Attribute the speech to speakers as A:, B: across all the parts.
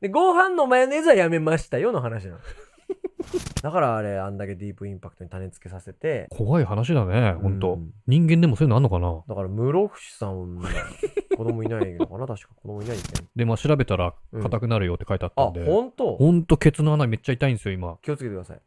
A: で、ご飯のマヨネーズはやめましたよの話なの。 だからあれ、あんだけディープインパクトに種付けさせて、
B: 怖い話だね、ほん
A: う
B: と
A: ん。
B: 人間でもそういうのあんのかな
A: だから室伏さんは子供いないのかな確か子供いないんだよね。
B: で、まあ調べたら
A: うん
B: 硬 くなるよって書いてあっ
A: あ、
B: たんで。
A: ほんと
B: ほんとケツの穴めっちゃ痛いんですよ、今。
A: 気をつけてください。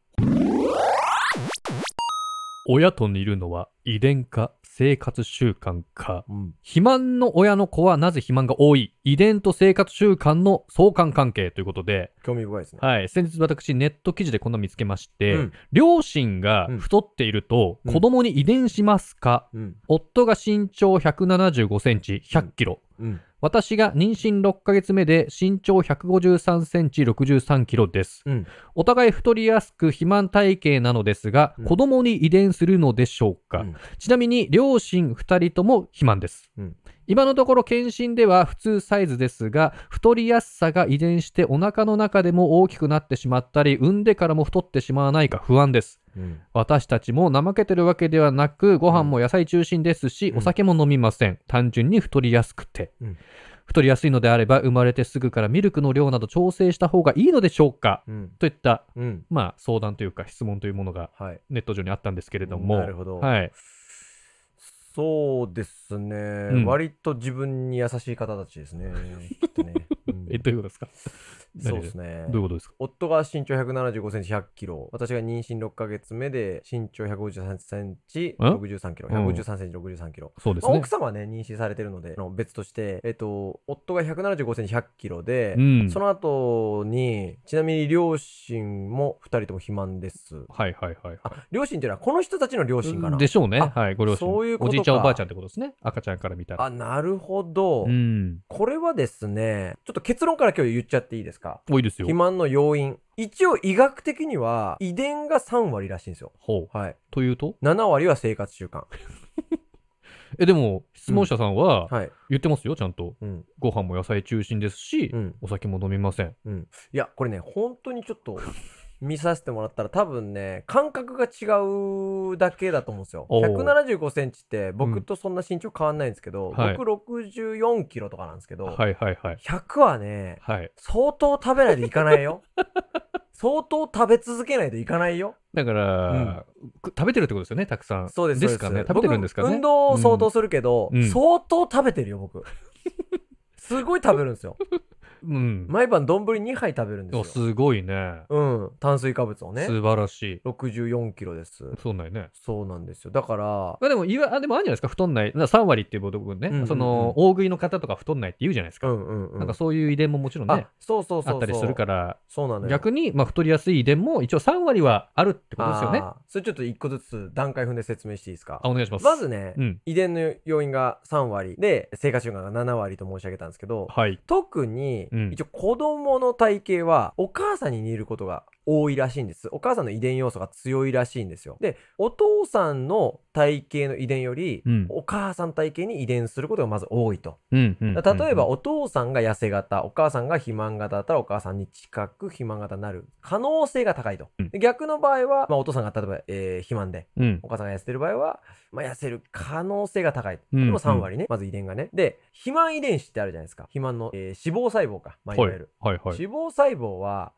B: 親と似るのは遺伝か生活習慣か。
A: うん。
B: 肥満の親の子はなぜ肥満が多い遺伝と生活習慣の相関関係ということで、
A: 興味深いですね。
B: はい、先日私ネット記事でこんなの見つけまして、
A: うん
B: 両親が太っていると
A: うん
B: 子供に遺伝しますか、
A: うん。
B: 夫が身長175センチ、100キロ。
A: うん。
B: 私が妊娠6ヶ月目で身長153センチ63キロです。
A: うん
B: お互い太りやすく肥満体型なのですが、
A: うん
B: 子供に遺伝するのでしょうか、
A: うん
B: ちなみに両親2人とも肥満です。
A: うん
B: 今のところ検診では普通サイズですが、太りやすさが遺伝してお腹の中でも大きくなってしまったり、産んでからも太ってしまわないか不安です。
A: うん。
B: 私たちも怠けてるわけではなく、ご飯も野菜中心ですし、
A: うん
B: お酒も飲みません。単純に太りやすくて、
A: うん
B: 太りやすいのであれば、生まれてすぐからミルクの量など調整した方がいいのでしょうか
A: うん。
B: といった、
A: うん。
B: まあ、相談というか質問というものが
A: はい。
B: ネット上にあったんですけれども。
A: なるほど
B: はい。
A: そうですね、
B: ん
A: 割と自分に優しい方たちですね。きっとね。うん
B: え、どういうことですか
A: そうですね。
B: どういうことですか
A: 夫が身長175センチ100キロ、私が妊娠6ヶ月目で身長153センチ63キロ、
B: うん
A: 153センチ63キロ。
B: そうです
A: まあ
B: ね
A: 奥。様はね、妊娠されてるので、あの別として、えっと、夫が175センチ100キロで、
B: うん
A: その後に、ちなみに両親も2人とも肥満です。
B: はいはいはい。
A: あ、両親っていうのはこの人たちの両親かな。
B: でしょうね。
A: あ
B: はい、ご両親。
A: そういうこと
B: お
A: か
B: じいちゃんおばあちゃんってことですね。赤ちゃんから見たら。
A: あ、なるほど。
B: うん。
A: これはですね、ちょっと結論から今日言っちゃっていいですか
B: 多いですよ
A: 肥。満の要因。一応医学的には遺伝が3割らしいんですよ。
B: ほう。
A: はい。
B: というと
A: 7割は生活習慣。
B: え、でも、質問者さんは、
A: はい。
B: 言ってますよ、ちゃんと。
A: うん。
B: ご飯も野菜中心ですし、
A: うん。
B: お酒も飲みません。
A: うん。いや、これね、本当にちょっと見させてもらったら多分ね、感覚が違うだけだと思うんですよ。
B: おー
A: 175センチって
B: う
A: 僕
B: ん
A: とそんな身長変わんないんですけど、
B: はい
A: 僕64キロとかなんですけど、
B: はいはいはい。
A: 100はね、
B: はい。
A: 相当食べないといかない よ。相当食べ続けないといかないよ。
B: だから、く食べてるってことですよね、たくさん。
A: そうです。
B: ですかね。食べてるんですかね。
A: 僕運動を相当するけど、
B: うん
A: 相当食べてるよ、僕。すごい食べるんですよ。
B: うん。うん
A: 毎晩丼2杯食べるんで
B: お
A: すよ。
B: すごいね。
A: うん。炭水化物をね。
B: 素晴らしい。
A: 64キロです。
B: そうなんよね。
A: そうなんですよ。だから、
B: まあでも、いわあでもあるんじゃないですか、太んない。な3割っていう部分ね、
A: うんうんうん
B: その、大食いの方とか太んないって言うじゃないです
A: う
B: か。
A: んうんうん。
B: なんかそういう遺伝ももちろんね、
A: あ、そうそうそうそう。。
B: あったりするからら、
A: そうなのよ。
B: 逆に、まあ、太りやすい遺伝も一応3割はあるってことですよね。あ
A: あーそれちょっと一個ずつ段階踏んで説明していいですか。
B: お願いします。
A: まずね、
B: うん。
A: 遺伝の要因が3割で、生活習慣が7割と申し上げたんですけど、
B: はい。
A: 特に、
B: うん
A: 一応子供の体型はお母さんに似ることが多いらしいんです。お母さんの遺伝要素が強いらしいんですよ。で、お父さんの体型の遺伝より、
B: うん
A: お母さん体型に遺伝することがまず多いと。
B: うんうん、
A: だから例えば、お父さんが痩せ型、お母さんが肥満型だったら、お母さんに近く肥満型になる可能性が高いと。
B: うん
A: で逆の場合は、まあ、お父さんが例えば、えー肥満で、
B: うん
A: お母さんが痩せてる場合は、まあ、痩せる可能性が高い。
B: う
A: で
B: ん
A: も3割ね、まず遺伝がね。で、肥満遺伝子ってあるじゃないですか。肥満の、えー脂肪細胞か、まあ、いわ
B: はい
A: ゆる。
B: はいはい。
A: 脂肪細胞は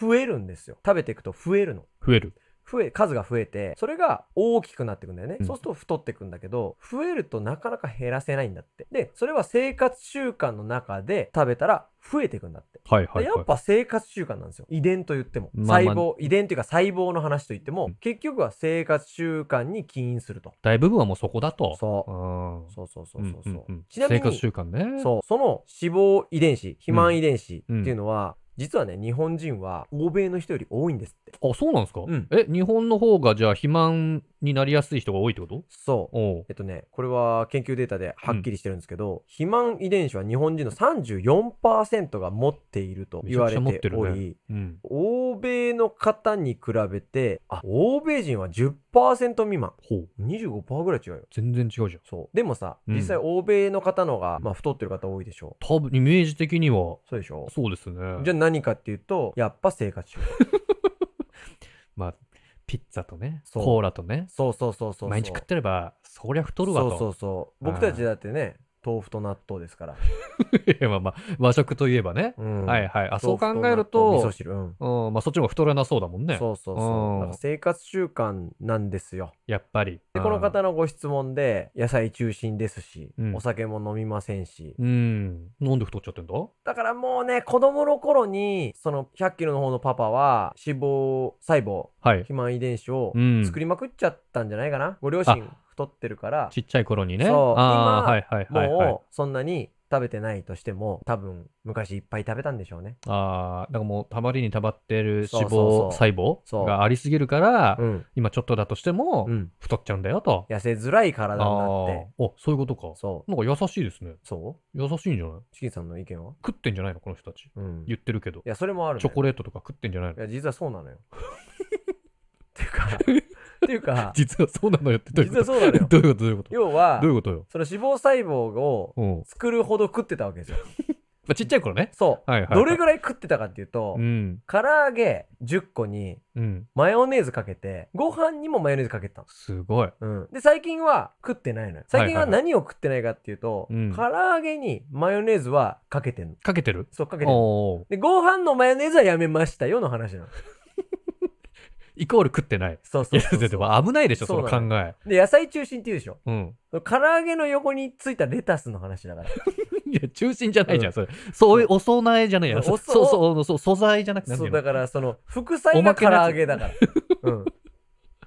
A: 増えるんですよ。食べていくと増えるの。
B: 増える。
A: 増え、数が増えて、それが大きくなっていくんだよね。
B: うん
A: そうすると太っていくんだけど、増えるとなかなか減らせないんだって。で、それは生活習慣の中で食べたら増えていくんだって。
B: はい
A: で
B: はい、
A: や
B: はい
A: っ。ぱ生活習慣なんですよ。遺伝と言っても。
B: まあまあ
A: 細胞、遺伝というか細胞の話と言っても、
B: うん
A: 結局は生活習慣に起因すると。
B: 大部分はもうそこだと。
A: そう
B: うん。
A: そうそうそうそうそう。
B: んんん
A: ちなみに
B: 生活習慣ね。
A: そう、その脂肪遺伝子、肥満遺伝子って
B: うん
A: いうのは、実はね、日本人は欧米の人より多いんですって。
B: あ、そうなんですか、
A: うん
B: え、日本の方がじゃあ肥満になりやすい人が多いってこと
A: そう。
B: おう
A: えっとね、これは研究データではっきりしてるんですけど、肥満遺伝子は日本人の34%が持っていると言われ
B: めちゃく
A: て
B: ちゃ持
A: お
B: って
A: り、
B: るうん。
A: 欧米の方に比べて、あ、欧米人は10%未満。
B: ほう。
A: 25%ぐらい違うよ。
B: 全然違うじゃん。
A: そう。でもさ、
B: うん
A: 実際欧米の方の方が、まあ太ってる方多いでしょ
B: 多分、イメージ的には、
A: う。そうでしょ
B: そうですね。
A: うじゃあ何かっていうと、やっぱ生活習慣。
B: まあ、ピッツァとね、
A: そう
B: コーラとね、
A: そうそうそうそうそう。
B: 毎日食ってれば、そりゃ太るわと。
A: そうそうそう。僕たちだってね、豆腐と納豆ですから。
B: い やまあまあ、和食といえばね。
A: うん
B: はいはい。あ、そう
A: 豆腐
B: 考える
A: 納豆味
B: と
A: 噌、汁、うん
B: うん、まあそっちも太らなそうだもんね。
A: そうそう
B: う
A: そ
B: ん
A: う。なんか生活習慣なんですよ。
B: やっぱり。
A: で、この方のご質問で、野菜中心ですし、
B: うん
A: お酒も飲みませんし、
B: うん。なんで太っちゃってんだ
A: だからもうね、子供の頃に、その100キロの方のパパは、脂肪細胞、
B: はい。
A: 肥満遺伝子を
B: うん
A: 作りまくっちゃったんじゃないかな。ご両親太ってるから、
B: ちっちゃい頃にね。
A: そう
B: ああ、
A: 今
B: はいはいはい、はい。
A: もうそんなに食べてないとしても、多分昔いっぱい食べたんでしょうね。
B: ああ、だからもうたまりにたまってる
A: そう
B: 脂
A: そうそう
B: 肪細胞
A: そう
B: がありすぎるから、
A: うん。
B: 今ちょっとだとしても
A: うん。
B: 太っちゃうんだよと。
A: 痩せづらい体
B: あ
A: に
B: あ
A: なっ
B: ー
A: て。、
B: おそういうことか。
A: そ
B: なんか優しいですね。
A: う。そう
B: 優しいんじゃない
A: チキンさんの意見は
B: 食ってんじゃないのこの人たち。
A: うん。い
B: 言ってるけど。
A: や、それもあるのよ。
B: チョコレートとか食ってんじゃないの
A: いや、実はそうなのよ。 っていうか、っていうか、
B: 実はそうなのよってどういう
A: 実
B: こ
A: はそうなのよ
B: と。どういうことどういうこと
A: 要は
B: どう、いうことよ。
A: その脂肪細胞を
B: うん
A: 作るほど食ってたわけですよ。
B: まあ、ちっちゃい頃ね。
A: そう。
B: はいはい、はい。
A: どれぐらい食ってたかっていうと、
B: うん。
A: 唐揚げ10個に
B: うん。
A: マヨネーズかけて、ご飯にもマヨネーズかけてたの。
B: すごい。
A: うん、で最近は食ってないのよ最近は
B: はいはい
A: 何を食ってないかっていうと、
B: うん
A: 唐揚げにマヨネーズはかけてんの
B: かけてる
A: そうかけてんの
B: おー
A: でご飯のマヨネーズはやめましたよの話なの
B: イコール食ってない。
A: そう
B: い
A: そう
B: や、
A: そう
B: でも危ないでしょ、その
A: そ
B: 考
A: う
B: え。
A: で野菜中心って言うでしょ
B: うん。
A: 唐揚げの横についたレタスの話だ から
B: いや、中心じゃないじゃん、それ。そういう、お供えじゃないや。
A: うん
B: そう
A: お
B: そう
A: そ
B: そう、そう素材じゃなくて、なんて
A: そ
B: いううの
A: だからその副
B: お
A: 菜が
B: まけ
A: 唐
B: のやつ
A: 揚げだから、うん、っ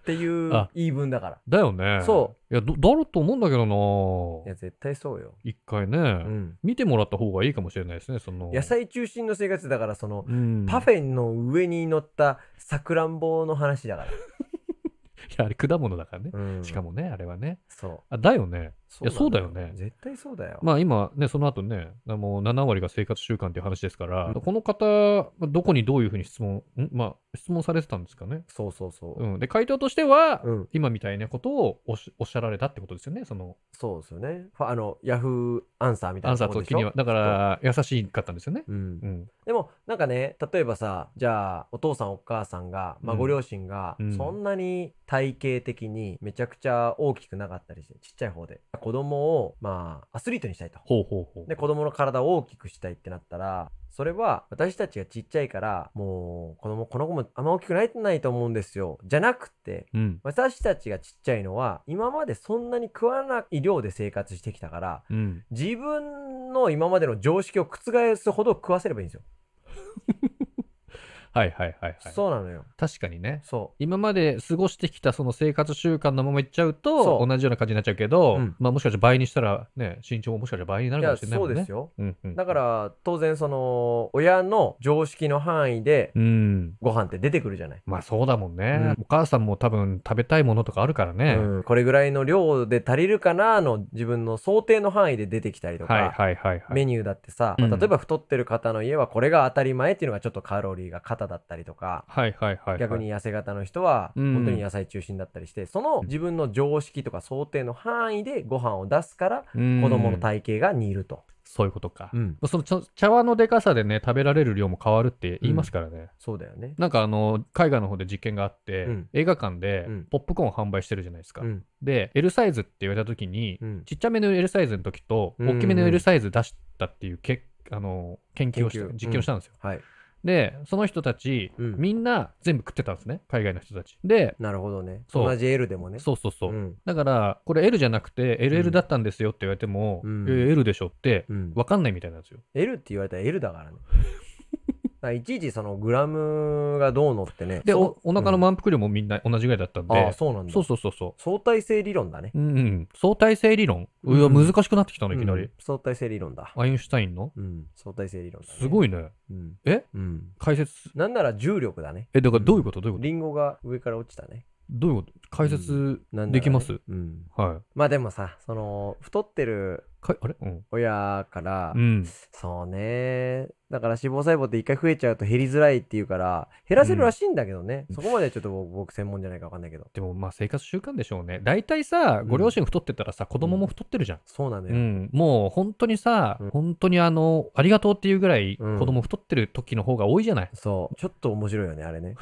A: ていう
B: あ
A: 言い分だから
B: だよね。。
A: そう
B: いや、どだろうと思うんだけど
A: い
B: な
A: や絶対そうよ、
B: 一回ね、
A: うん、
B: 見てもらった方がいいかもしれないですね、その。
A: 野菜中心の生活だからその
B: うん。
A: パ
B: ェ
A: フェの上に乗ったさくらんぼの話だか
B: いや、あれ果物だからね。
A: ら、うん、
B: しかもね、あれはね。
A: そう
B: あ、だよね。
A: そうなん
B: そうだよね
A: 絶対そうだよ。
B: まあ今ね、その後ね、あの7割が生活習慣っていう話ですから、
A: うん
B: この方、まあどこにどういうふうに質問、んまあ質問されてたんですかね。
A: そうそうそう。
B: うん。で、回答としては、
A: うん、
B: 今みたいなことをおしおっしゃられたってことですよね、その
A: そうですよね。ファあの、ヤフーアンサーみたいな
B: アンサ
A: とこ
B: ーと
A: でし
B: き
A: ょ
B: には。だから、優しかったんですよね。
A: うん
B: う、ん。
A: でもなんかね例えばさじゃあお父さんお母さんが、まあ、
B: うん
A: ご両親が、
B: うん
A: そんなに体型的にめちゃくちゃ大きくなかったりしてちっちゃい方で子供をまあアスリートにしたいと
B: ほうほうほう。
A: で子供の体を大きくしたいってなったらそれは私たちがちっちゃいからもう子供この子もあんま大きくなれてないと思うんですよじゃなくて
B: うん。
A: 私たちがちっちゃいのは今までそんなに食わない量で生活してきたから
B: うん。
A: 自分の今までの常識を覆すほど食わせればいいんですよ、
B: はいはいはいはい。
A: そうなのよ
B: 確かにね。
A: そ
B: 今まで過ごしてきたその生活習慣のままいっちゃうと
A: そう
B: 同じような感じになっちゃうけど、
A: うん
B: まあもしかしたら倍にしたらね身長ももしかしたら倍にな
A: うい
B: るか
A: や
B: もしれな
A: そ
B: いもん
A: う
B: ね。
A: ですよ
B: うんうん、
A: だから当然その親の常識の範囲で
B: うん。
A: ご飯って出てくるじゃない、
B: まあそうだもんね。
A: う
B: お母さんも多分食べたいものとかあるからね。
A: うん、これぐらいの量で足りるかなの自分の想定の範囲で出てきたりとか、
B: はいはいはいはい。
A: メニューだってさ、
B: うん
A: まあ例えば太ってる方の家はこれが当たり前っていうのがちょっとカロリーが肩だったりとか、
B: はいはいはいはい。
A: 逆に痩せ型の人は
B: うん
A: 本当に野菜中心だったりして、その自分の常識とか想定の範囲でご飯を出すから
B: うん
A: 子供の体型が似ると、
B: そういうことか。
A: うん
B: そのちょ茶碗のでかさでね食べられる量も変わるって言いますからね。
A: そうだよね、
B: なんかあの海外の方で実験があって、
A: うん
B: 映画館で
A: うん
B: ポップコーンを販売してるじゃないですか、
A: うん
B: で L サイズって言われた時に、
A: うん、
B: ちっちゃめの L サイズの時と
A: うん
B: 大きめの L サイズ出したっていうけあの研究をした
A: 研究
B: 実験をしたんですよ、
A: はい
B: でその人たち、
A: うん
B: みんな全部食ってたんですね海外の人たちで
A: なるほどね
B: そう
A: 同じ L でもね
B: そうそうそう、
A: ん
B: だからこれ L じゃなくて
A: う
B: LL
A: ん
B: だったんですよって言われても、
A: うん
B: え L でしょって
A: うん
B: 分かんないみたいなんですよ
A: L って言われたら L だからねだ からいちいちそのグラムがどうのってね
B: で
A: そ
B: おお腹の満腹量もみんな同じぐらいだったん
A: うんあ
B: で
A: あ、そうなんだ
B: そうそうそうそう
A: 相対性理論だね
B: うんうん、相対性理論いや、
A: うん
B: 難しくなってきたの、いきなり。
A: うん相対性理論だ
B: アインシュタインの
A: うん相対性理論だね、
B: すご
A: い、
B: いね。
A: うん、
B: え
A: うん
B: 解説。
A: なんなら重力だね。
B: え、だからどういうことどういうこと
A: リンゴが上から落ちたね。
B: どういうこと解説
A: なんならね
B: できます、
A: うん。
B: は
A: まあでもさ、その、太ってる
B: い。かいあれうん。
A: 親から、
B: うん。
A: そうね。だから脂肪細胞って一回増えちゃうと減りづらいっていうから、減らせるらしいんだけどね。そこまではちょっと僕僕専門じゃないかわかんないけど。
B: でもまあ生活習慣でしょうね。大体さ、
A: うん
B: ご両親太ってたらさ、子供も太ってるじゃん。
A: そうなの
B: う
A: よ。
B: ん、もう本当にさ、
A: うん
B: 本当にあの、ありがとうっていうぐらい
A: うん
B: 子供太ってる時の方が多いじゃない、
A: そう。ちょっと面白いよね、あれ ね。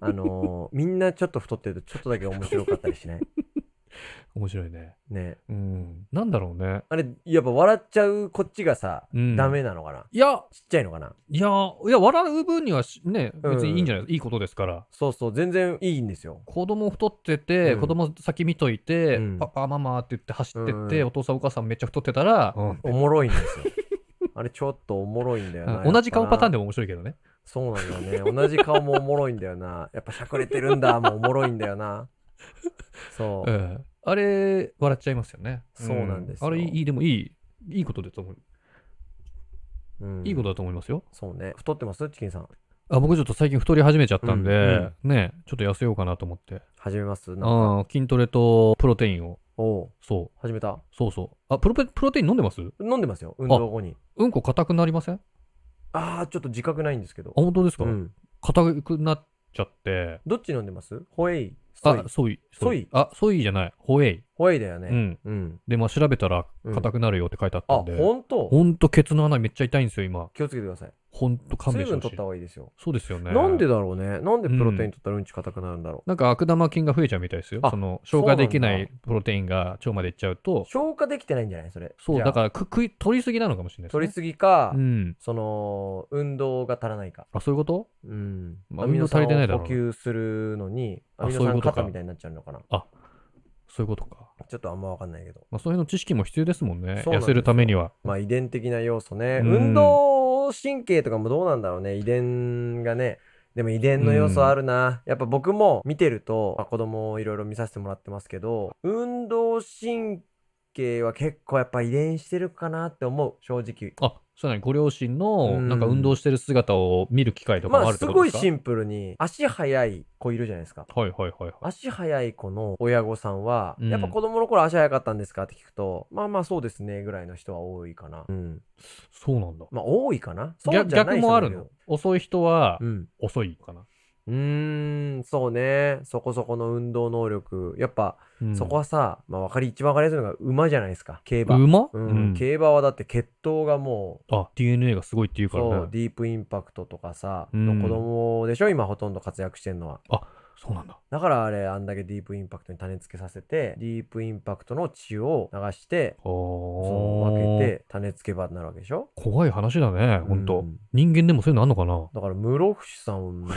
A: あのーみんなちょっと太ってるとちょっとだけ面白かったりしない
B: 面白いね。
A: ね。
B: うん。なんだろうね。
A: あれ、やっぱ笑っちゃうこっちがさ、
B: うん
A: ダメなのかない
B: や、
A: ちっちゃいのかない
B: や、いや、笑う分にはしね、
A: うん
B: 別にいいんじゃないですか。いいことですから。
A: そうそう、全然いいんですよ。
B: 子供太ってて、
A: うん
B: 子供先見といて、
A: うん
B: パパ、ママって言って走ってって、
A: うん
B: お父さんお母さんめっちゃ太ってたら、
A: おもろいんです よ。あれちょっとおもろいんだよな。
B: 同じ顔パターン
A: で
B: でも面白いけどね。
A: そうなんだよね。同じ顔もおもろいんだよな。やっぱしゃくれてるんだもうおもろいんだよな。そう
B: う。ん、あれ、笑っちゃいますよね。
A: そうなんですよ
B: あれ、いい、でもいい、いいことだと思う。
A: うん
B: いいことだと思いますよ。
A: そうね。太ってますチキンさん。
B: あ僕ちょっと最近太り始めちゃったんで、
A: うん
B: ね、ちょっと痩せようかなと思って。
A: 始めますなんか
B: あー筋トレとプロテインを。
A: おう
B: そ
A: 始めた
B: う、そうそう。あ、プロペプロテイン飲んでます
A: 飲んでますよ。運動後に。
B: うんこ硬くなりませんあ、
A: ああー、ちょっと自覚ないんですけど。
B: 本当ですか
A: うん。
B: 硬、くなっちゃって。
A: どっち飲んでますホエイ。ソイ
B: あ、ソイ。
A: ソイ
B: あ、ソイじゃない。ホエイ。
A: ホエイだよね。
B: うん。
A: うん。
B: で、まあ調べたら
A: うん
B: 硬くなるよって書いてあった
A: あ、
B: んで。
A: ほんと
B: ほんと、ケツの穴めっちゃ痛いんですよ、今。
A: 気をつけてください。
B: ほんと勘
A: 水
B: 弁して
A: 分
B: ほ
A: 取
B: し
A: っ
B: い
A: た。方がいいですよ。
B: そうですよね。
A: なんでだろうね。なんでプロテイン取ったらうんち硬くなるんだろう。
B: なんか悪玉菌が増えちゃうみたいですよ。
A: あ
B: その消化できな
A: そうない
B: プロテインが腸までいっちゃうと、
A: 消化できてないんじゃないそれ
B: そう、
A: じゃあ
B: だからく食い取りすぎなのかもしれないです、ね。
A: 取りすぎか、
B: うん。
A: その運動が足らないか
B: あ、そういうこと
A: うん、
B: まあ
A: アミノ酸を
B: 運動足りてないだろう
A: 補給するのにア
B: あ
A: ミノ
B: そういう
A: 酸
B: ことか
A: 肩みたいになっちゃうのかな
B: そういうことか。
A: ちょっとあんま分かんないけど
B: まあ、そういうの知識も必要ですもんね。
A: そうなんですよ
B: 痩せるためには。
A: まあ遺伝的な要素ね、
B: うん
A: 運動神経とかもどうなんだろうね遺伝がねでも遺伝の要素あるな、やっぱ僕も見てると、まあ、子供をいろいろ見させてもらってますけど運動神経は結構やっぱ遺伝してるかなって思う正直
B: あ、そうなにご両親
A: う
B: の
A: ん
B: なんか運動してる姿を見る機会とかも
A: ま
B: あ
A: あ
B: るっ
A: す
B: てこと
A: ご
B: で
A: い
B: すか、
A: シンプルに足速い子いるじゃないですか
B: はいはいはいはい。
A: 足速い子の親御さんは、
B: うん
A: やっぱ子供の頃足速かったんですかって聞くとまあまあそうですねぐらいの人は多いかな、うん、
B: そうなんだ。
A: まあ多いかなそう
B: 逆
A: じゃな
B: 逆
A: い人
B: も
A: も
B: あ
A: い
B: る
A: けど
B: の。遅い人は
A: うん
B: 遅いかな。
A: うーんそうねそこそこの運動能力やっぱ、
B: うん
A: そこはさ、まあ、わかり一番わかりやすいのが馬じゃないですか競馬、
B: 馬、
A: うん
B: うん
A: 競馬はだって血統がもう
B: あ、DNA がすごいって言うからね。
A: そうディープインパクトとかさ、
B: うん
A: の子供でしょ今ほとんど活躍してんのは
B: そうなんだ。
A: だからあれあんだけディープインパクトに種付けさせてディープインパクトの血を流してそう
B: お
A: 分
B: ー
A: けて種付け場になるわけでしょ
B: 怖い話だね、ほん
A: う
B: と。
A: ん
B: 人間でもそういうのあんのかな
A: だから室伏さんは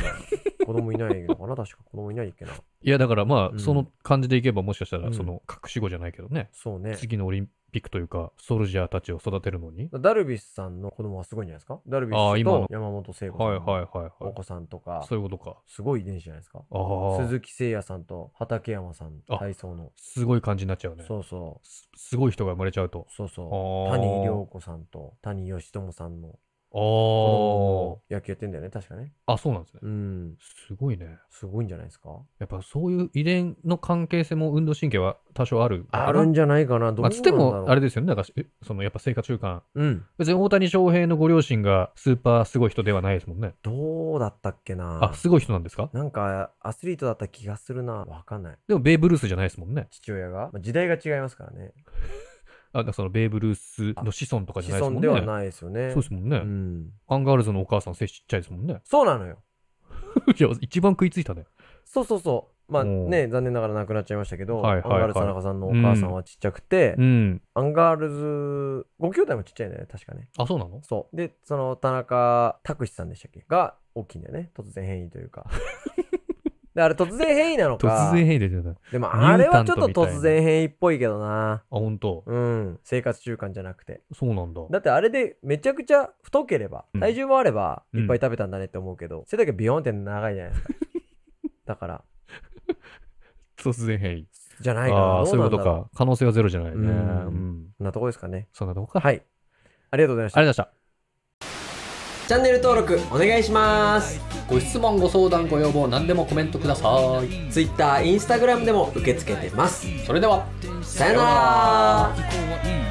A: 子供いないのかな 確か子供いないっけない
B: や、だからまあ、
A: うん
B: その感じでいけば、もしかしたら、
A: うん
B: その、隠し子じゃないけどね、
A: そうね
B: 次のオリンピックというか、ソルジャーたちを育てるのに。
A: ダルビッシュさんの子供はすごいんじゃないですかダルビ
B: あ
A: ッ
B: ー
A: シュ
B: 今
A: と
B: の
A: 山本聖子さん
B: はいはい
A: い
B: はい
A: お
B: は
A: 子さんとか
B: い。そういうことか。
A: すごい遺伝子じゃないですか
B: ああ
A: 鈴木誠也さんと畠山さん
B: あ
A: 体操の
B: すごい感じになっちゃうね。
A: そうそう
B: すすごい人が生まれちゃうと。
A: そうそ
B: あ
A: う
B: ー
A: 谷亮子さんと谷義友さんの子
B: あ
A: 供も野球やってんだよね確かね
B: あ。あ、そうなんですね。
A: うん
B: すごいね。
A: すごいんじゃないですか
B: やっぱそういう遺伝の関係性も運動神経は多少あるのかな。
A: あるん
B: じ
A: じゃないかな。どう
B: ま
A: な
B: あ、
A: ん
B: つっ
A: だ
B: て
A: ろう
B: も、あれですよね。だから、えその、やっぱ生活習慣。
A: うん。
B: 別に大谷翔平のご両親がスーパーすごい人ではないですもんね。
A: どうだったっけな
B: あ、。すごい人なんですか
A: なんか、アスリートだった気がするな。わかんない。
B: でも、ベーブ・ルースじゃないですもんね。
A: 父親が。まあ時代が違いますからね。
B: あ、だからそのベーブ・ルースの子孫とかじ
A: 子
B: ゃないです
A: 孫
B: もん
A: で
B: ね。
A: はないですよね。
B: そうですもんね、
A: うん。
B: アンガールズのお母さん、背ちっちゃいですもん ね。
A: そうなのよ。
B: いや、一番食いついたね。
A: そうそうそう。まあ
B: うん
A: ね、残念ながら亡くなっちゃいましたけど、
B: はいはいはい
A: アンガールズ田中さんのお母さんはちっちゃくて、
B: うん。
A: アンガールズ、ご兄弟もちっちゃいんだよね、確かね。
B: あ、そうなの
A: そう。で、その田中拓司さんでしたっけが大きいんだよね。突然変異というか。 で、あれ突然変異なのか。
B: 突然変異出てた。あ、
A: でも
B: ミュータント
A: あれはちょっと
B: みたいな
A: 突然変異っぽいけどな。
B: 本当。
A: うん。生活習慣じゃなくて。
B: そうなんだ。
A: だってあれでめちゃくちゃ太ければ、
B: うん
A: 体重もあれば、
B: うん
A: いっぱい食べたんだねって思うけど、背丈ビヨーンって長いじゃない ですか。だから、
B: 突然変異。
A: じゃないかな。
B: ああ
A: ど
B: ー、そういう
A: な
B: こ
A: んだ
B: と
A: ろ
B: か。可能性はゼロじゃないね。
A: う
B: うんん。
A: そんなとこですかね。
B: そんなとこか。あり
A: はい。ありがとうございました。
B: がとうございました。
A: チャンネル登録お願いします。
B: ご質問、ご相談、ご要望、何でもコメントください。
A: Twitter、Instagram でも受け付けてます。
B: それでは。
A: さよなら
C: 以降はいい